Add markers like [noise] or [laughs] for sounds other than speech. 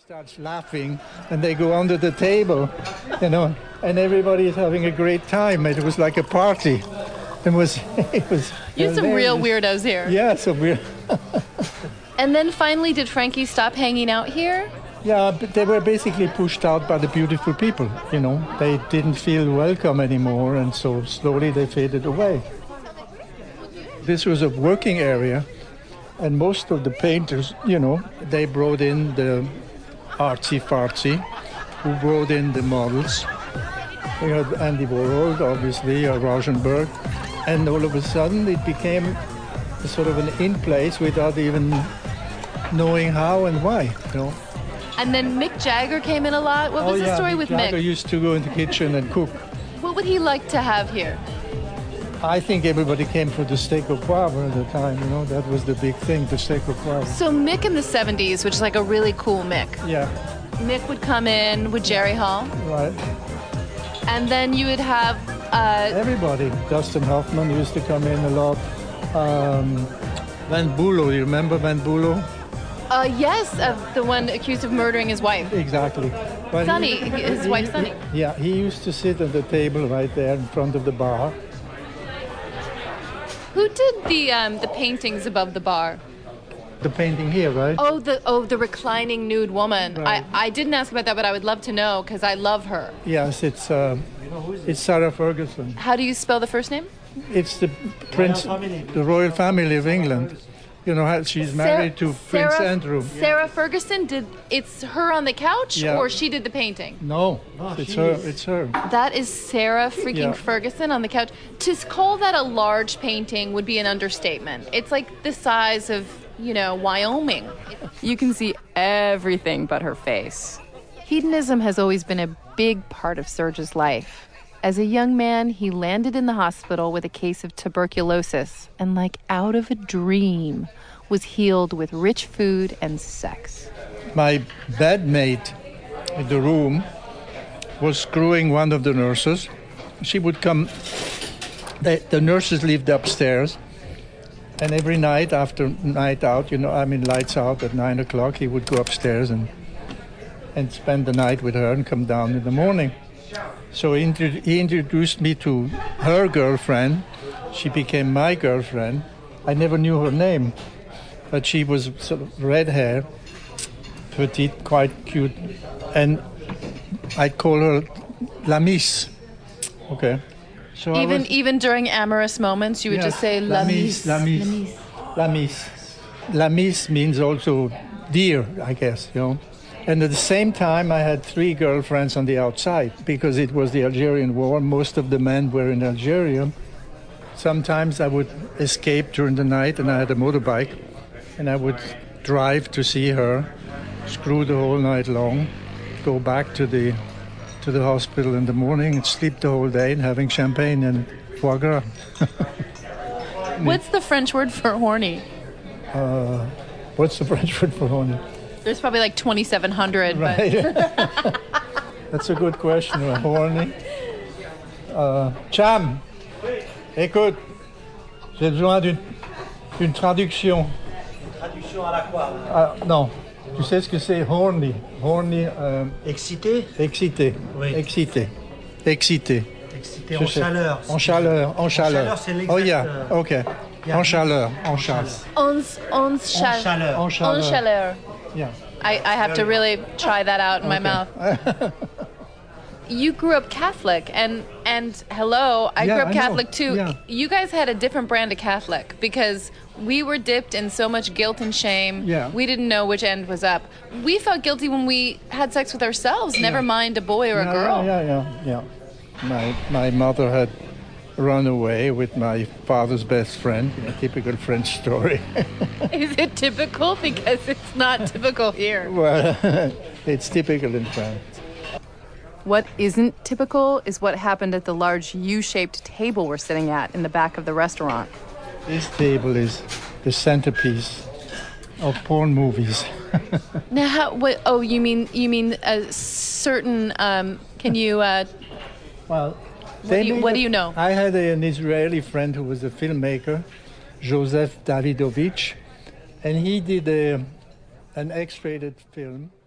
starts laughing and they go under the table, you know, and everybody is having a great time. It was like a party. It was, [laughs] it was. You have some real hilarious. weirdos here. Yeah, so we're. And then finally, did Frankie stop hanging out here? Yeah, but they were basically pushed out by the beautiful people, you know. They didn't feel welcome anymore, and so slowly they faded away. This was a working area, and most of the painters, you know, they brought in the artsy fartsy, who brought in the models. We had Andy Warhol, obviously, or Rauschenberg, and all of a sudden it became sort of an in place without even knowing how and why, you know. And then Mick Jagger came in a lot. What was the story with Jagger Oh, Mick? used to go in the kitchen and cook. What would he like to have here? I think everybody came for the steak au poivre at the time, you know, that was the big thing, the steak au poivre. So Mick in the 70s, which is like a really cool Mick. Yeah, Mick would come in with Jerry Hall, right. and then you would have uh, Everybody. Dustin Hoffman used to come in a lot. Um, Van Bulow, you remember Van Bulow? uh, yes, of the one accused of murdering his wife. Exactly. But he- [laughs] Sonny, his wife Sonny. Yeah, he used to sit at the table right there in front of the bar. Who did the um, the paintings above the bar? The painting here, right? Oh, the oh the reclining nude woman. Right. I, I didn't ask about that, but I would love to know because I love her. Yes, it's uh, it's Sarah Ferguson. How do you spell the first name? It's the prince, the royal family of England. You know, how- she's married to Sarah- Prince Andrew. Sarah Ferguson did. It's her on the couch, Yeah. or she did the painting. No, it's her. It's her. That is Sarah freaking Yeah. Ferguson on the couch. To s- call that a large painting would be an understatement. It's like the size of you know Wyoming. You can see everything but her face. Hedonism has always been a big part of Serge's life. As a young man, he landed in the hospital with a case of tuberculosis and, like out of a dream, was healed with rich food and sex. My bedmate in the room was screwing one of the nurses. She would come. The, the nurses lived upstairs, and every night after night out, you know, I mean, lights out at nine o'clock, he would go upstairs and and spend the night with her and come down in the morning. So he, intro- he introduced me to her girlfriend. She became my girlfriend. I never knew her name, but she was sort of red hair, petite, quite cute, and I'd call her La Miss. Okay. So I Even was- even during amorous moments, you would Yeah, just say la "la mise, mise, la mise." La Miss. La Miss means also dear, I guess, you know. And at the same time, I had three girlfriends on the outside because it was the Algerian war. Most of the men were in Algeria. Sometimes I would escape during the night and I had a motorbike and I would drive to see her, screw the whole night long, go back to the to the hospital in the morning and sleep the whole day and having champagne and foie gras. What's the French word for horny? What's the French word for [laughs] honey? There's probably like 2,700, but That's a good question, horny. Euh, Cham, écoute, j'ai besoin d'une d'une traduction. Traduction à la quoi Ah, non, tu sais ce que c'est horny? Horny, euh, Excité excité. Oui. Excité. Excité. Excité Je en sais. chaleur. En chaleur. En chaleur. chaleur, c'est l'exact, Oh yeah, euh, ok. Yeah. En chaleur. En chaleur. ons ons En chal- chaleur. En Ons chaleur. chaleur. Yeah. I, I have to really try that out in my mouth. [laughs] you grew up Catholic, and and hello, I Yeah, grew up I know. Catholic too. Yeah. You guys had a different brand of Catholic because we were dipped in so much guilt and shame. Yeah. we didn't know which end was up. We felt guilty when we had sex with ourselves, never mind a boy or a Yeah, girl. Yeah, yeah, yeah. yeah. My my mother had run away with my father's best friend. A typical French story. [laughs] [laughs] Is it typical? Because it's not typical here. well, [laughs] it's typical in France. What isn't typical is what happened at the large U shaped table we're sitting at in the back of the restaurant. This table is the centerpiece of porn movies. Now, how, what, oh, you mean you mean a certain? Um, can you? Uh, Well, do you- what do you know? I had a- an Israeli friend who was a filmmaker, Joseph Davidovich, and he did a, an X-rated film.